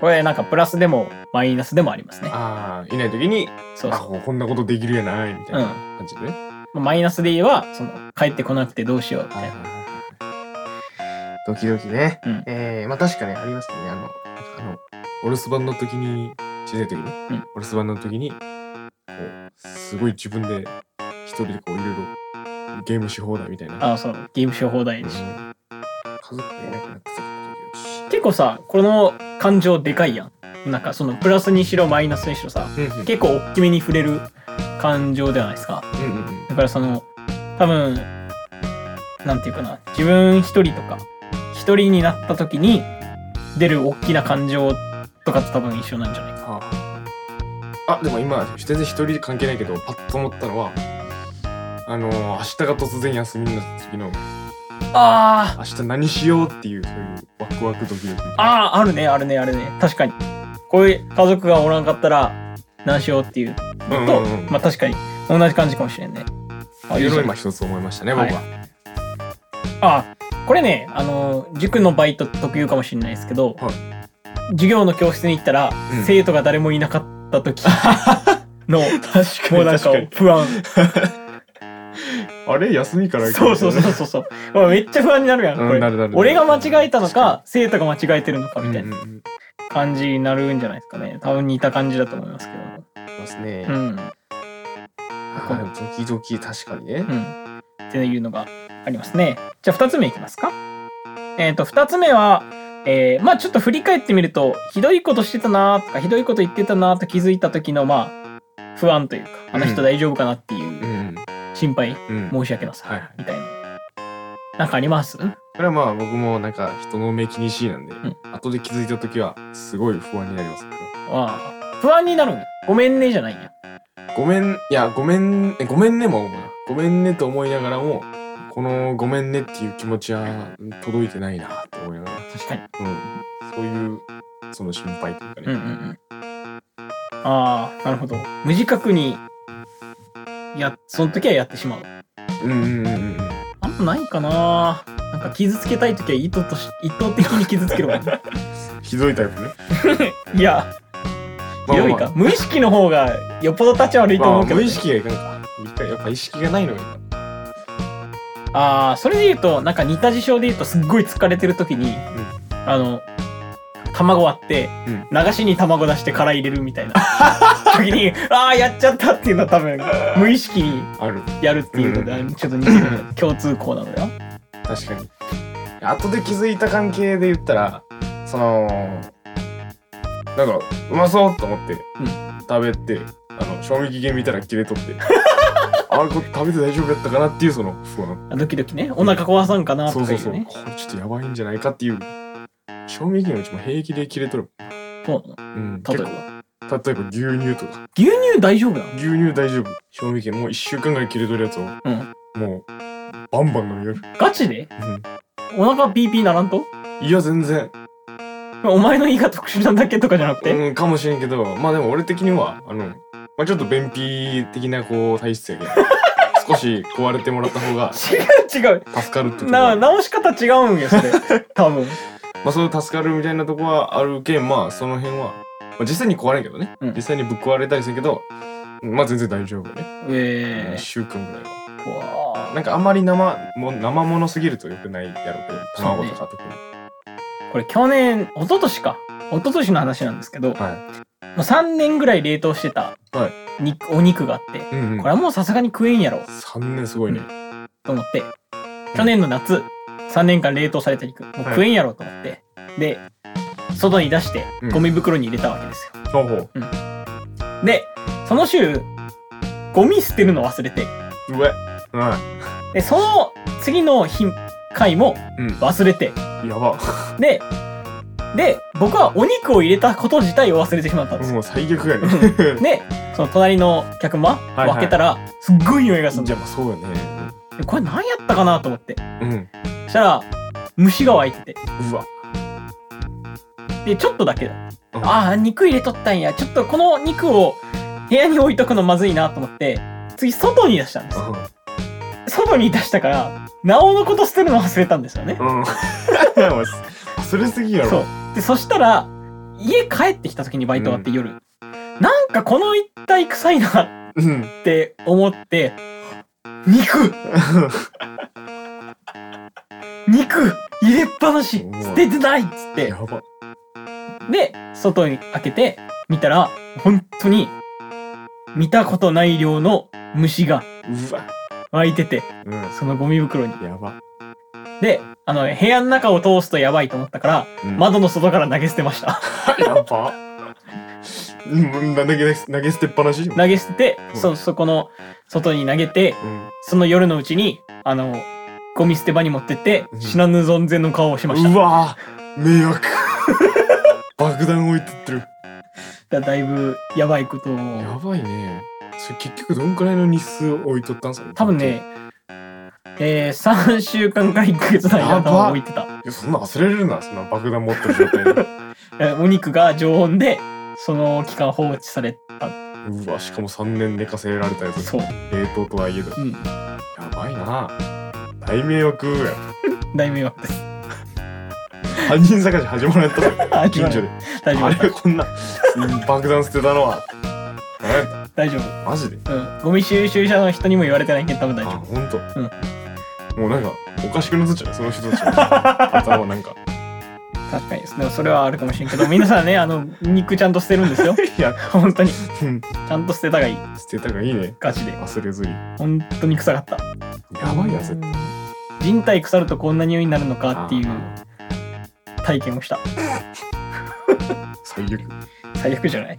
A: これなんかプラスでもマイナスでもありますね。
B: ああいない時に
A: そう
B: あ
A: そう
B: こんなことできるやないみたいな感じでね、
A: まあマイナスで言えばその帰ってこなくてどうしようみたいな。
B: ドキドキね、
A: うん
B: えーまあ確かにありますねあのあのお留守番の時に小さい時に、
A: ん
B: お留守番の時にこうすごい自分で一人でこういろいろゲームし放題みたいな、
A: あそうゲームし放題
B: うん
A: で
B: 家
A: し、
B: 族がいなくなった時のドキ
A: 結構さこの感情でかいやんなんかそのプラスにしろマイナスにしろさ
B: ドキうんうん
A: 結構大きめに触れる感情ではないですか
B: うんうんうん
A: だからその多分なんていうかな自分一人とか一人になった時に出る大きな感情とかと多分一緒なんじゃないか
B: ああでも今全然一人関係ないけどパッと思ったのはあのー明日が突然休みになった時の
A: あ
B: 明日何しようっていうそういうワクワクドキドキみたい
A: あ
B: な
A: あああるねあるねあるね確かにこういう家族がおらんかったら何しようっていう
B: うん
A: と、
B: うんうん
A: まあ確かに同じ感じかもしれんねあ
B: いろい
A: じゃ
B: ろ
A: ん
B: 今一つ思いましたね、
A: はい
B: 僕は。
A: あこれねあの塾のバイト特有かもしれないですけど、
B: は
A: 授業の教室に行ったら、
B: うん
A: 生徒が誰もいなかった 時の
B: 確
A: もうなんか不安
B: あれ休みから
A: そうそうそうそうそう、まあ、めっちゃ不安になるやんこ
B: うん
A: れ、
B: なるなるなる
A: 俺が間違えたのか
B: 確か
A: 生徒が間違えてるのかみたい
B: うん
A: な
B: うんうん
A: 感じになるんじゃないですかね多分似た感じだと思いますけど
B: そうですね。
A: うん
B: あードキドキ確かにね。
A: うん、っていうのがありますね。じゃあ2つ目いきますか。えっ、と2つ目は、えーまあちょっと振り返ってみるとひどいことしてたなとかひどいこと言ってたなと気づいた時のまあ不安というかあの人大丈夫かなっていう
B: うん
A: 心配、
B: うんうん。
A: 申し訳なさ、
B: はいはい
A: みたいな。なんかあります
B: これはまあ僕もなんか人の目気にしいなんで、
A: ん
B: 後で気づいた時はすごい不安になります。僕は
A: ああ不安になるんやごめんねじゃないんや。
B: ごめん、いや、ごめん、えごめんねも思うな。ごめんねと思いながらも、このごめんねっていう気持ちは届いてないなって思いながら、
A: 確かに。
B: うん。そういう、その心配というかね。
A: うんうんうん。ああ、なるほど。無自覚に、や、その時はやってしまう。
B: うんうんうんうん
A: あんまないかななんか傷つけたい時は意図とし、意図的に傷つけるもん。
B: ひどいタイプね
A: いや、
B: まあ
A: ひど
B: まあ
A: い
B: まあ
A: か。無意識の方がよっぽど立ち悪いと
B: ま
A: 思
B: あ
A: うけど
B: 無
A: ね、
B: 意識がいかんか一回やっぱ意識がないのがいいな
A: ああ、それで言うと、なんか似た事象で言うと、すっごい疲れてる時に、あの、卵割って、
B: うん
A: 流しに卵出して殻入れるみ たいな時に、ああ、やっちゃったっていうのは多分、無意識に
B: ある
A: やるっていうので、
B: うん
A: ちょっと似てる共通項なのよ。
B: 確かに後で気づいた関係で言ったらそのなんかうまそうと思って、
A: うん
B: 食べてあの賞味期限見たら切れとって あれこれ食べて大丈夫やったかなっていうその不安
A: ドキドキね、お腹壊さんかな
B: そ
A: と
B: う
A: か
B: そ
A: いうう
B: そう、
A: ね。
B: これちょっとやばいんじゃないかっていう賞味期限うちも平気で切れとる、
A: そうなの
B: うん、
A: 例えば
B: 結構例えば牛乳とか
A: 牛乳大丈夫なの
B: 牛乳大丈夫賞味期限もう1週間ぐらい切れとるやつを
A: うん。
B: もうバンバン飲みよる、
A: ガチで
B: う
A: お腹ピーピーならんと
B: ん、いや全然
A: お前の胃が特殊なんだっけとかじゃなくて、
B: うん、かもしれんけど、まあでも俺的には、あの、まあちょっと便秘的なこう体 質やけど、少し壊れてもらった方が
A: 違う違う。
B: 助かるってとこ
A: な
B: ま
A: 直し方違うんよ、それ。 多分。
B: あそういう助かるみたいなとこはあるけん、まあその辺は、まあ、実際に壊れんけどね、
A: うん
B: 実際にぶっ壊れたりするけど、まあ全然大丈夫ね。一
A: え
B: 週間ぐらいは。
A: えわ
B: なんかあんまり生も生ものすぎると良くないやろうけど、
A: そう
B: 卵
A: ね
B: とか特に。
A: あこれ去年、一昨年か。一昨年の話なんですけど、も
B: は
A: う3年ぐらい冷凍してた
B: は
A: 肉、お肉があって、
B: い。うん、うん。
A: これはもうさすがに食えんやろ、
B: 3年すごいね。
A: と思って、去年の夏、3年間冷凍された肉、もう食えんやろと思って、で、外に出して
B: うん、
A: ゴミ袋に入れたわけですよ。
B: ほうほう。
A: で、その週、ゴミ捨てるの忘れて、
B: うえ。は
A: で、その次の日、回も
B: うん
A: 忘れて、
B: い。やば。
A: で、で、僕はお肉を入れたこと自体を忘れてしまったんですよ。
B: もう最悪やね。
A: で、その隣の客間、
B: いはい
A: 開けたら、すっごい匂いがするん
B: じ
A: で
B: ゃあまあそうやね。
A: これ何やったかなと思って。
B: うん。
A: そしたら、虫が湧いてて。
B: うわ。
A: で、ちょっとだけだ。
B: うん
A: ああ、肉入れとったんや。ちょっとこの肉を部屋に置いとくのまずいなと思って、次、外に出したんですよ。外に出したから、なおのこと捨てるの忘れたんですよね
B: う。ん。うん 忘れすぎやろ。
A: そう。で、そしたら、家帰ってきた時にバイト終わって夜、なんかこの一体臭いな
B: うん。
A: って思って、肉肉入れっぱなし
B: うわ
A: 捨ててないっつって
B: や、ば。
A: で、外に開けて見たら、本当に見たことない量の虫が
B: うわ。
A: 湧いてて、
B: うん。
A: そのゴミ袋に。
B: やば。
A: で、あの、部屋の中を通すとやばいと思ったから、
B: うん、
A: 窓の外から投げ捨てました。
B: やば。うん投げ投げ捨てっぱなし。うん。
A: 投げ捨てて、
B: うん
A: そ、そこの外に投げて、その夜のうちに、あの、ゴミ捨て場に持ってって
B: う、ん
A: 死なぬ存ぜの顔をしまし
B: うわ。迷惑。 爆弾置いてってる。
A: た。だだいぶやばいことを。
B: やばいね。それ結局どんくらいの日数置いとったんすか。
A: 多分ね。、えー、3週間から1ヶ月の間
B: や
A: を
B: ば
A: 置いてた。
B: いやそんな忘れれるな、そんな爆弾持ってる状態で。
A: えーお肉が常温で、その期間放置された。
B: うわ、しかも三年寝かせられたやつ。
A: そう。
B: 冷凍とはいえど。
A: うん。
B: やばいな。大迷惑や。
A: 大迷惑です。
B: 犯人探し始まらんとった
A: 大丈
B: 近所
A: 夫
B: で。
A: 大丈
B: あれ
A: 夫。
B: こんな爆弾捨てたのは。え
A: 大丈
B: マジで
A: 夫。うん。ゴミ収集者の人にも言われてないけど多分大
B: あ、
A: 丈夫。
B: ほんと。もうなんか、おかしくなっちゃう、その人たちの頭なんか。
A: 確かにですね。それはあるかもしれんけど、皆さんね、あの、肉ちゃんと捨てるんですよ。
B: いや、
A: 本当に。
B: うん
A: ちゃんと捨てたがいい。
B: 捨てた方がいいね。
A: ガチで。
B: 忘れずに。
A: 本当に臭かった。
B: やばいやつ。
A: 人体腐るとこんな匂いになるのかっていう
B: あ
A: 体験をした。
B: ー最悪。
A: 最悪じゃない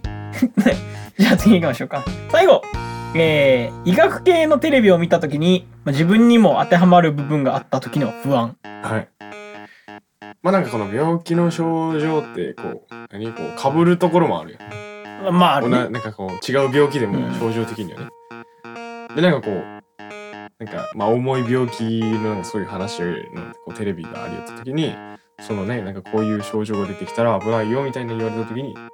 A: じゃあ次行きましょうか。最後えー、医学系のテレビを見た時に、まあ自分にも当てはまる部分があった時の不安。
B: はい。まあなんかこの病気の症状ってこう何こうかぶるところもあるよ。
A: まあ、ある
B: おな
A: ね。
B: なんかこう違う病気で
A: う
B: も
A: ん
B: 症状的にはね。でなんかこうなんかまあ重い病気のなんかそういう話のこうテレビがありよった時にそのねなんかこういう症状が出てきたら危ないよみたいな言われた時になんか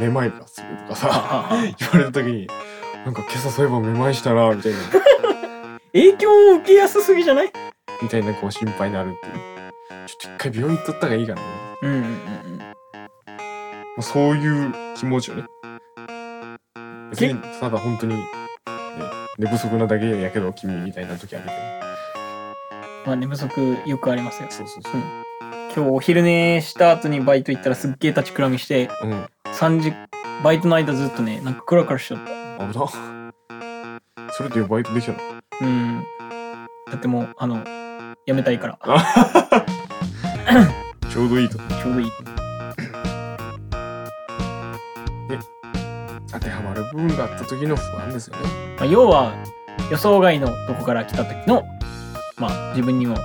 B: めまいがするとかさ
A: あ
B: 言われた時になんか今朝そういえばめまいしたなみたいな
A: 影響を受けやすすぎじゃない
B: みたいなこう心配になるっていうちょっと一回病院行っとった方がいいかな、ま
A: うんうんうんうん。
B: あ、そういう気持ちよね別にただ本当に、ね、寝不足なだけやけど君みたいな時あるけど
A: まあ寝不足よくありますよ。
B: そうそうそう
A: 今日お昼寝した後にバイト行ったらすっげえ立ちくらみして、
B: うん
A: 3時、バイトの間ずっとね、なんかクラクラしちゃった。
B: 危なそれでバイトできたの
A: うん。だってもう、あの、やめたいから、
B: ちょうどいいと
A: ちょうどいい。
B: 当てはまる部分があった時の不安ですよね
A: まあ、要は、予想外のとこから来た時の、まあ自分にも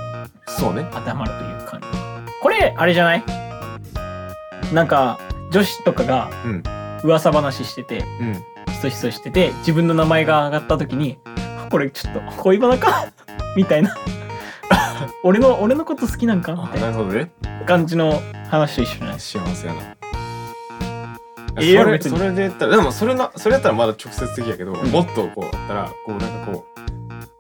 B: そうね
A: 当てはまるという感じ。これ、あれじゃないなんか、女子とかが
B: うん
A: 噂話してて、
B: うん
A: ひそひそしてて自分の名前が上がった時にあ「これちょっと恋バナか? 」みたいな 「俺の俺のこと好きなんか?」み
B: あ
A: たい
B: なるほどね
A: な感じの話と一緒じゃないです
B: 幸せやな
A: ええやろ
B: それ
A: 別に
B: それで言ったらでもそれなそれやったらまだ直接的やけど、
A: うん
B: もっとこうだったらこうなんかこ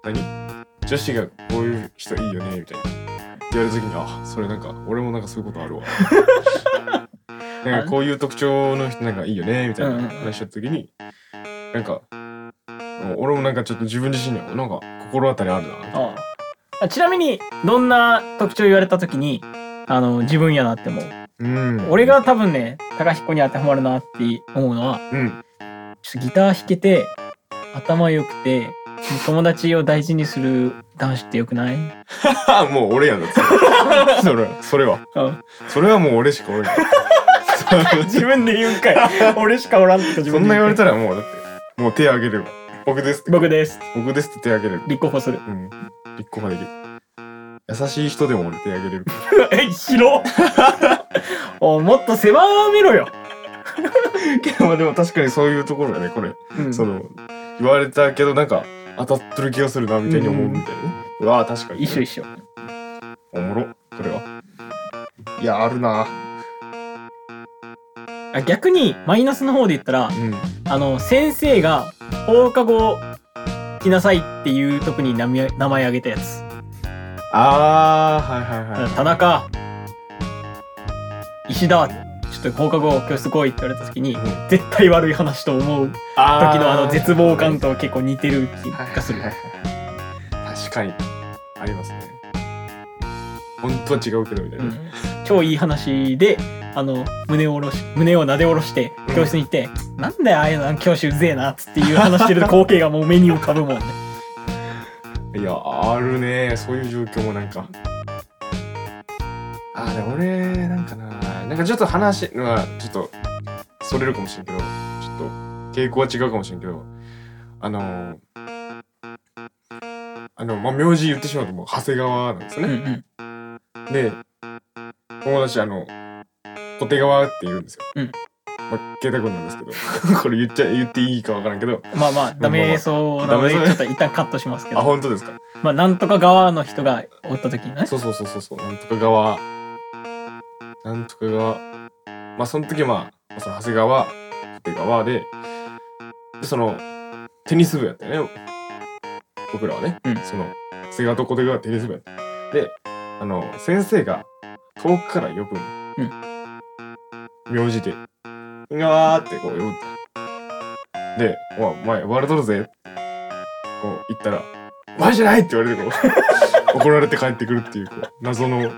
B: う何女子がこういう人いいよねみたいな言われる時にあそれなんか俺もなんかそういうこと あるわなんかこういう特徴の人なんかいいよねみたい
A: うんうん
B: な話した時に、なんかもう俺もなんかちょっと自分自身にはなんか心当たりあるな
A: かあちなみにどんな特徴言われた時にあの自分やなって思う
B: うん
A: 俺が多分ね高彦に当てはまるなって思うのは
B: うん
A: ちょっとギター弾けて頭良くて友達を大事にする男子ってよくない、うん、
B: もう俺やなそれそれはそれはもう俺しかおれない
A: 自分で言うんかい 俺しかおらんとか自
B: そ
A: 分
B: ん
A: で
B: な言わ
A: 言うん
B: れ
A: かい
B: たらもうだってもう手あげれば僕ですって
A: 僕です
B: 僕ですって手あげれる
A: 立候補する
B: うん立候補できる優しい人でも俺手あげれる
A: え広 おもっと狭めろよ、
B: け どまあでも確かにそういうところがねこれ、
A: うん
B: その言われたけどなんか当たってる気がするなみたいに思うみたいなね、うわあ確かに
A: 一緒一緒
B: おもろこれはいやあるな
A: あ逆にマイナスの方で言ったら
B: うん
A: あの先生が放課後来なさいっていうとこに名前名前挙げたやつ、
B: あーはいはいはい
A: 田中石田ちょっと放課後教室来いって言われた時に、
B: うん
A: 絶対悪い話と思う時
B: あー
A: のあの絶望感と結構似てる気がする、
B: はいはいはい確かにありますね本当は違うけどみたいな、
A: うん超いい話であの胸を下ろし胸をなで下ろして
B: うん
A: 教室に行って、なんだよああいうの教師うぜえなっつっていう話してる光景がもう目に浮かぶもんね
B: いやあるねそういう状況もなんかあーでも俺なんかななんかちょっと話まあちょっとそれるかもしれんけどちょっと傾向は違うかもしれんけどあのーあのまあ名字言ってしまうともう長谷川なんです
A: う
B: よ
A: んう
B: ね、
A: ん
B: で友達あの小手川って言うんですよ、
A: うん
B: まあ、圭太君なんです けどこれ言っちゃ言っていいかわからんけど
A: まあまあダメそうなのでち
B: ダメ
A: ょ
B: そう
A: っと一旦カットしますけ
B: あ
A: ど
B: 本当ですか
A: まあなんとか側の人がおった時にね
B: そうそうそうそうそう、なんとか側。なんとか側。まあ、その時はまあ、その長谷川、小手川で、で、その、テニス部やったよね。僕らはね。
A: うん
B: その、長谷川と小手川はテニス部やった。で、あの、先生が遠くから呼ぶん。うん。名字で。うわーってこう呼ぶんだで、おいお前、呼ばれとるぜ。こう言ったら、お前じゃないって言われてこう。 怒られて帰ってくるっていうこう謎の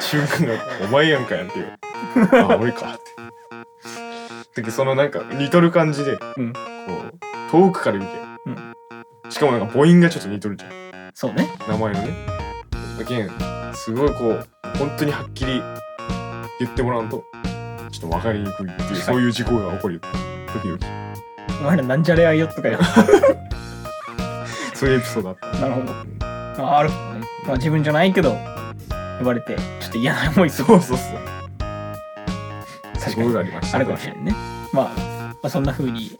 B: 瞬間が「お前やんかやん」っていう「あ俺か」って。でそのなんか似とる感じで、
A: うん
B: こう遠くから見て、しかもなんか母音がちょっと似とるじゃん
A: そうね
B: 名前のね。だけんすごいこう本当にはっきり言ってもらうとちょっと分かりにくいっていうそういう事故が起こる時々
A: お前らなんじゃれ合いよとかよ
B: そういうエピソードあった。
A: なるほどあある、まあ、自分じゃないけど呼ばれてちょっと嫌な思いする
B: そうそうそう。
A: 確
B: そ
A: か
B: う
A: に
B: いうことがありました。
A: あるかもしれないね。まあ、まあ、そんな風に、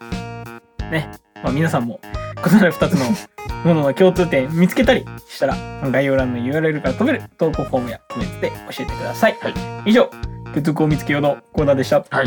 A: ね、まあ皆さんも異なる2つの ものの共通点見つけたりしたら、概要欄の URL から飛べる投稿フォームやコメントで教えてください。
B: はい
A: 以上、結束を見つけようのコーナーでした。
B: はい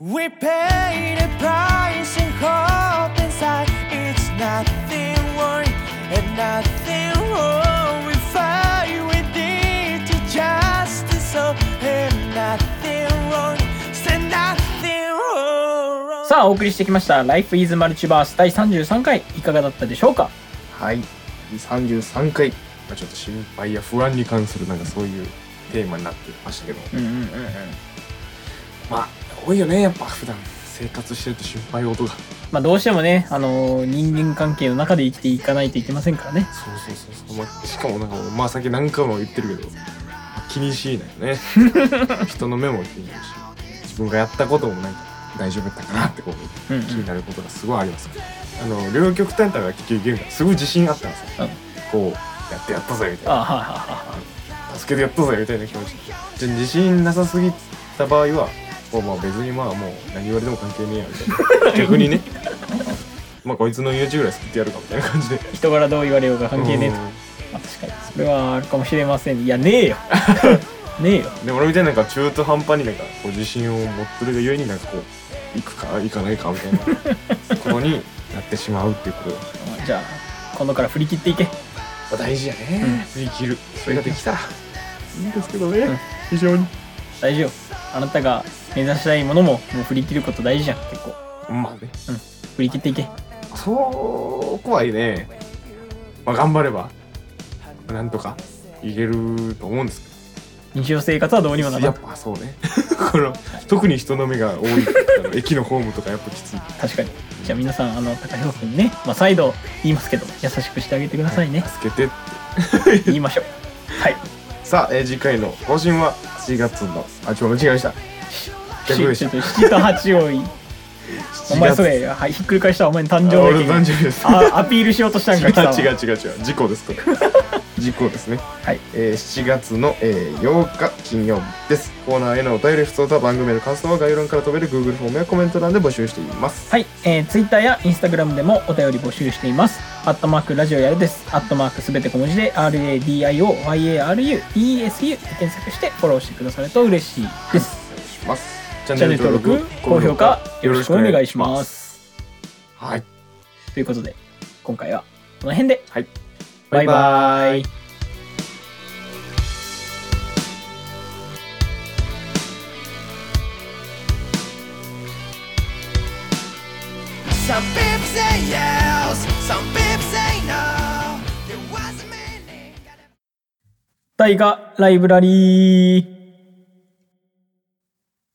D: We pay the price and hope inside It's nothing wrong and nothing wrong We fight with it to justice oh, And nothing wrong, say nothing wrong
A: さあお送りしてきました「Life is Multiverse」第33回いかがだったでしょうか
B: はい33回、まあ、ちょっと心配や不安に関するなんかそういうテーマになってましたけど
A: うんうんうんうん
B: まあ多いよねやっぱ普段生活してると心配事が
A: まあどうしてもね、あのー人間関係の中で生きていかないといけませんからね。
B: そうそうそうそう、まあ、しかもなんかまあさっき何回も言ってるけど気にしいなよね人の目も気になるし自分がやったこともなんか大丈夫だったかなってこう
A: うん、うん
B: 気になることがすごいありますあの両極端だから結局ゲームがすごい自信あったんですよ、こうやってやったぜみたい
A: あ
B: な
A: はいは
B: 助けてやったぜみたいな気持ちで自信なさすぎた場合はもうまあ別にまあもう何言われても関係ねえやみたいな 逆にねまあこいつの命ぐらい救ってやるかみたいな感じで
A: い人柄どう言われようが関係ねえと。
B: う
A: まあ確かに。それはあるかもしれません。いや、ねえよ。 ねえよ。
B: んで俺みたいななんか中途半端になんかこう自信を持ってるがゆえになんかこう行くか行かないかみたい なことになってしまうっていうことが
A: まあじゃあ、今度から振り切っていけ。
B: まあ大事やね
A: うん
B: 振り切るそれができたらいいんですけどね、非常に
A: 大丈夫。あなたが目指したいものも、もう振り切ること大事じゃん、結構。
B: まあね
A: 振り切っていけ。
B: そう怖いね、まあ、頑張ればなんとかいけると思うんです
A: 日常生活はどう
B: け
A: にもな
B: ど
A: ら
B: や
A: ん
B: っ。ぱそうね この特に人の目が多いあの駅のホームとかやっぱきつい
A: 確かに。じゃあ皆さん、あの、高橋君にね、まあ、再度言いますけど、優しくしてあげてください ね。
B: 助けて
A: 言いましょう。はい。
B: さあ、えー次回の更新は7月のあ違う間違えました逆でし
A: ちょ
B: た
A: っと7と8をいい。お前それ、はい、ひっくり返したらお前の誕
B: あ
A: 生
B: 俺
A: 日
B: の誕生日です
A: あアピールしようとしたんか
B: 違
A: 来たわ
B: う違う違う違う事故ですこれ 事故ですね
A: はい
B: えー7月の、えー8日金曜日ですコーナーへのお便り不通とは番組への感想は概要欄から飛べる Google フォームやコメント欄で募集しています
A: はい、えー、Twitter や Instagram でもお便り募集しています。アットマークラジオやるです。アットマークすべて小文字で RADIOYARUESU で検索してフォローしてくださると嬉しいです。
B: しますチャ
A: チャンネル登録、高評価よろしくお願いします。
B: はい
A: ということで、今回はこの辺で。
B: はい。
A: バイバイ。
D: Some people say yes, some people say no There was a meaning
A: 大河ライブラリー。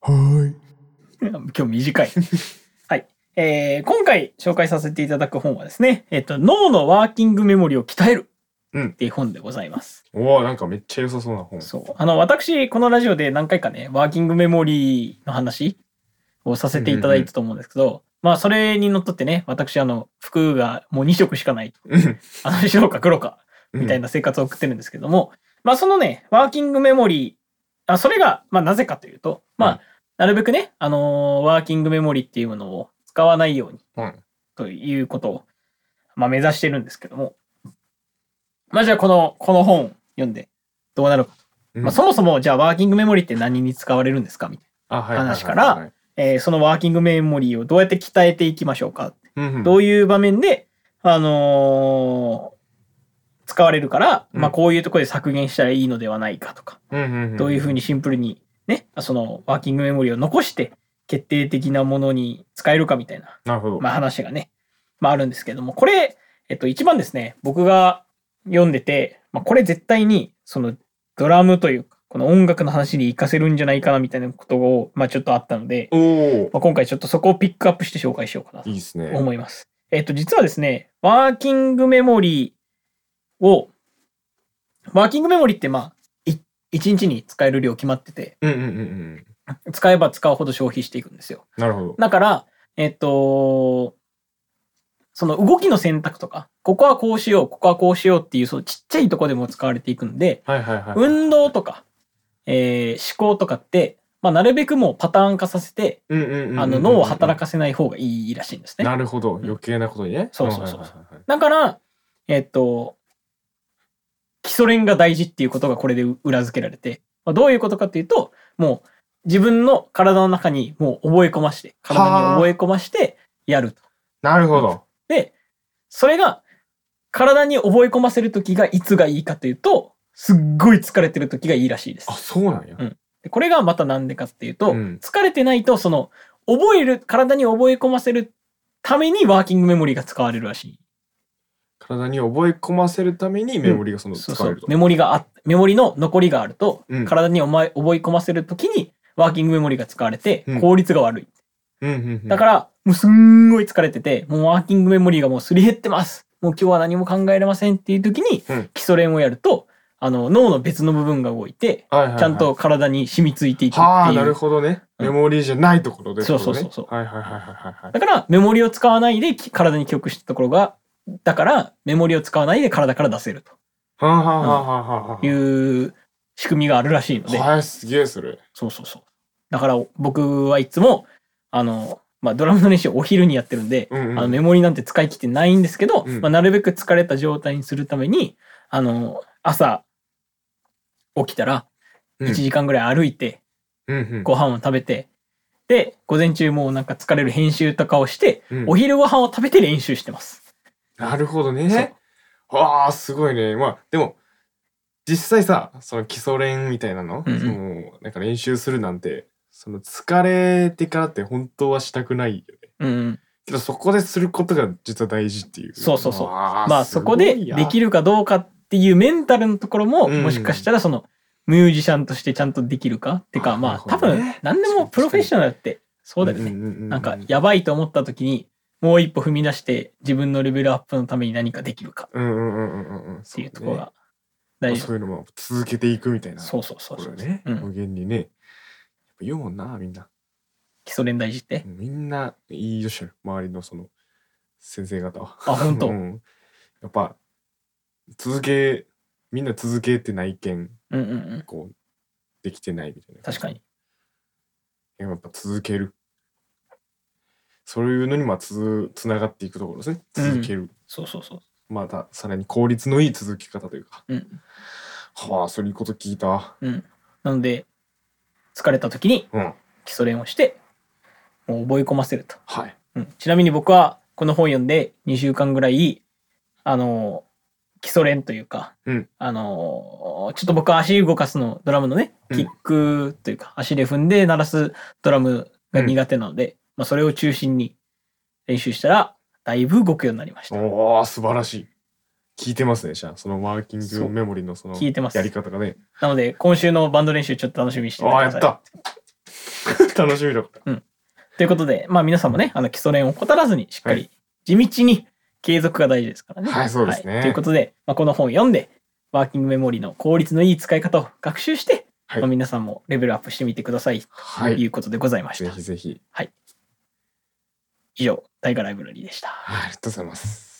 A: はい。 今日短い。はい。えー今回紹介させていただく本はですね、えっ、と、脳のワーキングメモリを鍛える
B: うん
A: っていう本でございます。
B: おおなんかめっちゃ良さそうな本
A: そう。あの、私、このラジオで何回かね、ワーキングメモリの話をさせていただいたと思うんですけど、まあ、それにのっとってね、私、あの、服がもう2色しかない。
B: うん
A: あの、白か黒かみたいな生活を送ってるんですけども、まあそのね、ワーキングメモリー、あそれが、まあなぜかというと、まあ、
B: うん
A: なるべくね、あのーワーキングメモリーっていうものを使わないように
B: うん、
A: ということを、まあ目指してるんですけども、まあじゃあこの、この本読んでどうなるかと。
B: うん
A: まあそもそもじゃあワーキングメモリーって何に使われるんですかみたい
B: あはい
A: 話から
B: はいはいはい
A: な。えーそのワーキングメモリーをどうやって鍛えていきましょうか
B: うんうん
A: どういう場面で、あのー使われるから、
B: うん
A: まあこういうところで削減したらいいのではないかとか、
B: うんんん
A: どういうふうにシンプルにね、そのワーキングメモリを残して決定的なものに使えるかみたいな、
B: なるほど、
A: まあ話がね、まああるんですけども、これ、えっと一番ですね、僕が読んでて、まあこれ絶対にそのドラムというか、この音楽の話に活かせるんじゃないかなみたいなことを、まあちょっとあったので、
B: おお
A: まあ、今回ちょっとそこをピックアップして紹介しようかなと
B: いいですね
A: 思います。えっと、実はですね、ワーキングメモリーを、ワーキングメモリーってまあ、い1日に使える量決まってて、
B: うんうんうんうん
A: 使えば使うほど消費していくんですよ。
B: なるほど
A: だから、えっと、その動きの選択とか、ここはこうしよう、ここはこうしようっていう、そのちっちゃいとこでも使われていくんで、
B: はいはいはい
A: 運動とか、えー思考とかって、まあ、なるべくもうパターン化させて、
B: うんうんうんうんうん
A: あの脳を働かせない方がいいらしいんですね。
B: なるほど余計なことにね
A: そうそうそう
B: はいはいはいはい
A: だから、えっと、基礎練が大事っていうことがこれで裏付けられて、まあ、どういうことかっていうと、もう自分の体の中にもう覚え込まして、体に覚え込ましてやると。
B: なるほど。
A: で、それが体に覚え込ませるときがいつがいいかというと、すっごい疲れてるときがいいらしいです
B: あ、。そうなんや。
A: でこれがまたなんでかっていうと、
B: うん
A: 疲れてないと、その、覚える、体に覚え込ませるためにワーキングメモリーが使われるらしい。
B: 体に覚え込ませるためにメモリがその使
A: そうそ
B: われ
A: う
B: ると。
A: メモリがあメモリの残りがあると、
B: うん
A: 体にお前覚え込ませるときにワーキングメモリが使われて
B: うん
A: 効率が悪い、
B: うんうんうん
A: だからもうすんごい疲れててもうワーキングメモリがもうすり減ってますもう今日は何も考えれませんっていう時に
B: うん
A: 基礎練をやるとあの脳の別の部分が動いて
B: はいはいはい
A: ちゃんと体に染みついていくって
B: はあ、
A: い
B: なる
A: う
B: ほどね。
A: うん
B: メモリーじゃないところで、
A: そうそう
B: ってことね
A: そうそ
B: はいはいはいはいはい。
A: だからメモリを使わないでき体に記憶したところがだからメモリを使わないで体から出せる
B: はあ、はあはあはあはあ
A: という仕組みがあるらしいので、
B: はい、すげえそれ。
A: そうそうそう。だから僕はいつも、あの、まあ、ドラムの練習をお昼にやってるんで、
B: うんうん
A: あのメモリなんて使い切ってないんですけど、
B: うん
A: まあ、なるべく疲れた状態にするために、あの、朝起きたら
B: うん
A: 1時間ぐらい歩いて、
B: うんうん
A: ご飯を食べて、で、午前中もうなんか疲れる編集とかをして、
B: うん
A: お昼ご飯を食べて練習してます。
B: なるほどね。わあ、すごいね。まあ、でも、実際さ、その基礎練みたいなの、
A: うんうん
B: そのなんか練習するなんて、その疲れてからって本当はしたくないよね。
A: うん。
B: けど、そこですることが実は大事っていう。
A: そうそうそう
B: わあ
A: まあそこでできるかどうかっていうメンタルのところも、
B: うん
A: もしかしたらそのミュージシャンとしてちゃんとできるかっていう
B: あ
A: か
B: な
A: ま
B: る
A: あ
B: ほ
A: 多
B: どね
A: 分何でもプロフェッショナルってそうだよね、
B: ね
A: なんかやばいと思った時にもう一歩踏み出して自分のレベルアップのために何かできるか
B: うんうんうんうんうんうん。っ
A: っていうところが大事
B: そういうのも続けていくみたいな。
A: そうそうそう
B: こ
A: そ
B: れ
A: う、
B: ね、
A: うん
B: 無限にね。やっぱ言うもんな、みんな。
A: 基礎練大事って
B: みんな言いよっしゃる、周りのその先生方は。
A: あ本当
B: うんやっぱ、続け、みんな続けてないけん、
A: うんうんうん
B: こう、できてないみたいな。
A: 確かに。
B: やっぱ続ける。そういうのにまあつつながっていくところですね。続ける。
A: そうそうそう
B: またさらに効率のいい続き方というか。
A: うん
B: はあ、そういうこと聞いた。
A: うんなので疲れた時に
B: うん。
A: 基礎練をしてもう覚え込ませると
B: はい。
A: うん、ちなみに僕はこの本読んで2週間ぐらいあの基礎練というか、
B: うん
A: あのちょっと僕は足動かすのドラムのね
B: うん
A: キックというか、足で踏んで鳴らすドラムが苦手なので、まあ、それを中心に練習したらだいぶ動くようになりました。
B: おお素晴らしい。聞いてますね、じゃあ。そのワーキン
A: そ
B: グ
A: う
B: メモリのその
A: 聞いてます
B: やり方がね。
A: なので今週のバンド練習ちょっと楽しみにしてて
B: ああ、や
A: くだ
B: っ
A: さい。
B: た 楽しみだった。
A: ということで、まあ、皆さんもねあの基礎練を怠らずにしっかり地道に継続が大事ですからね。
B: はいそうですね
A: ということで、まあ、この本読んでワーキングメモリの効率のいい使い方を学習して、
B: はい
A: まあ、皆さんもレベルアップしてみてください
B: は
A: とい
B: い。
A: うことでございました。
B: ぜひぜひ。
A: 以上大河ライブラリーでした。
B: はいありがとうございます。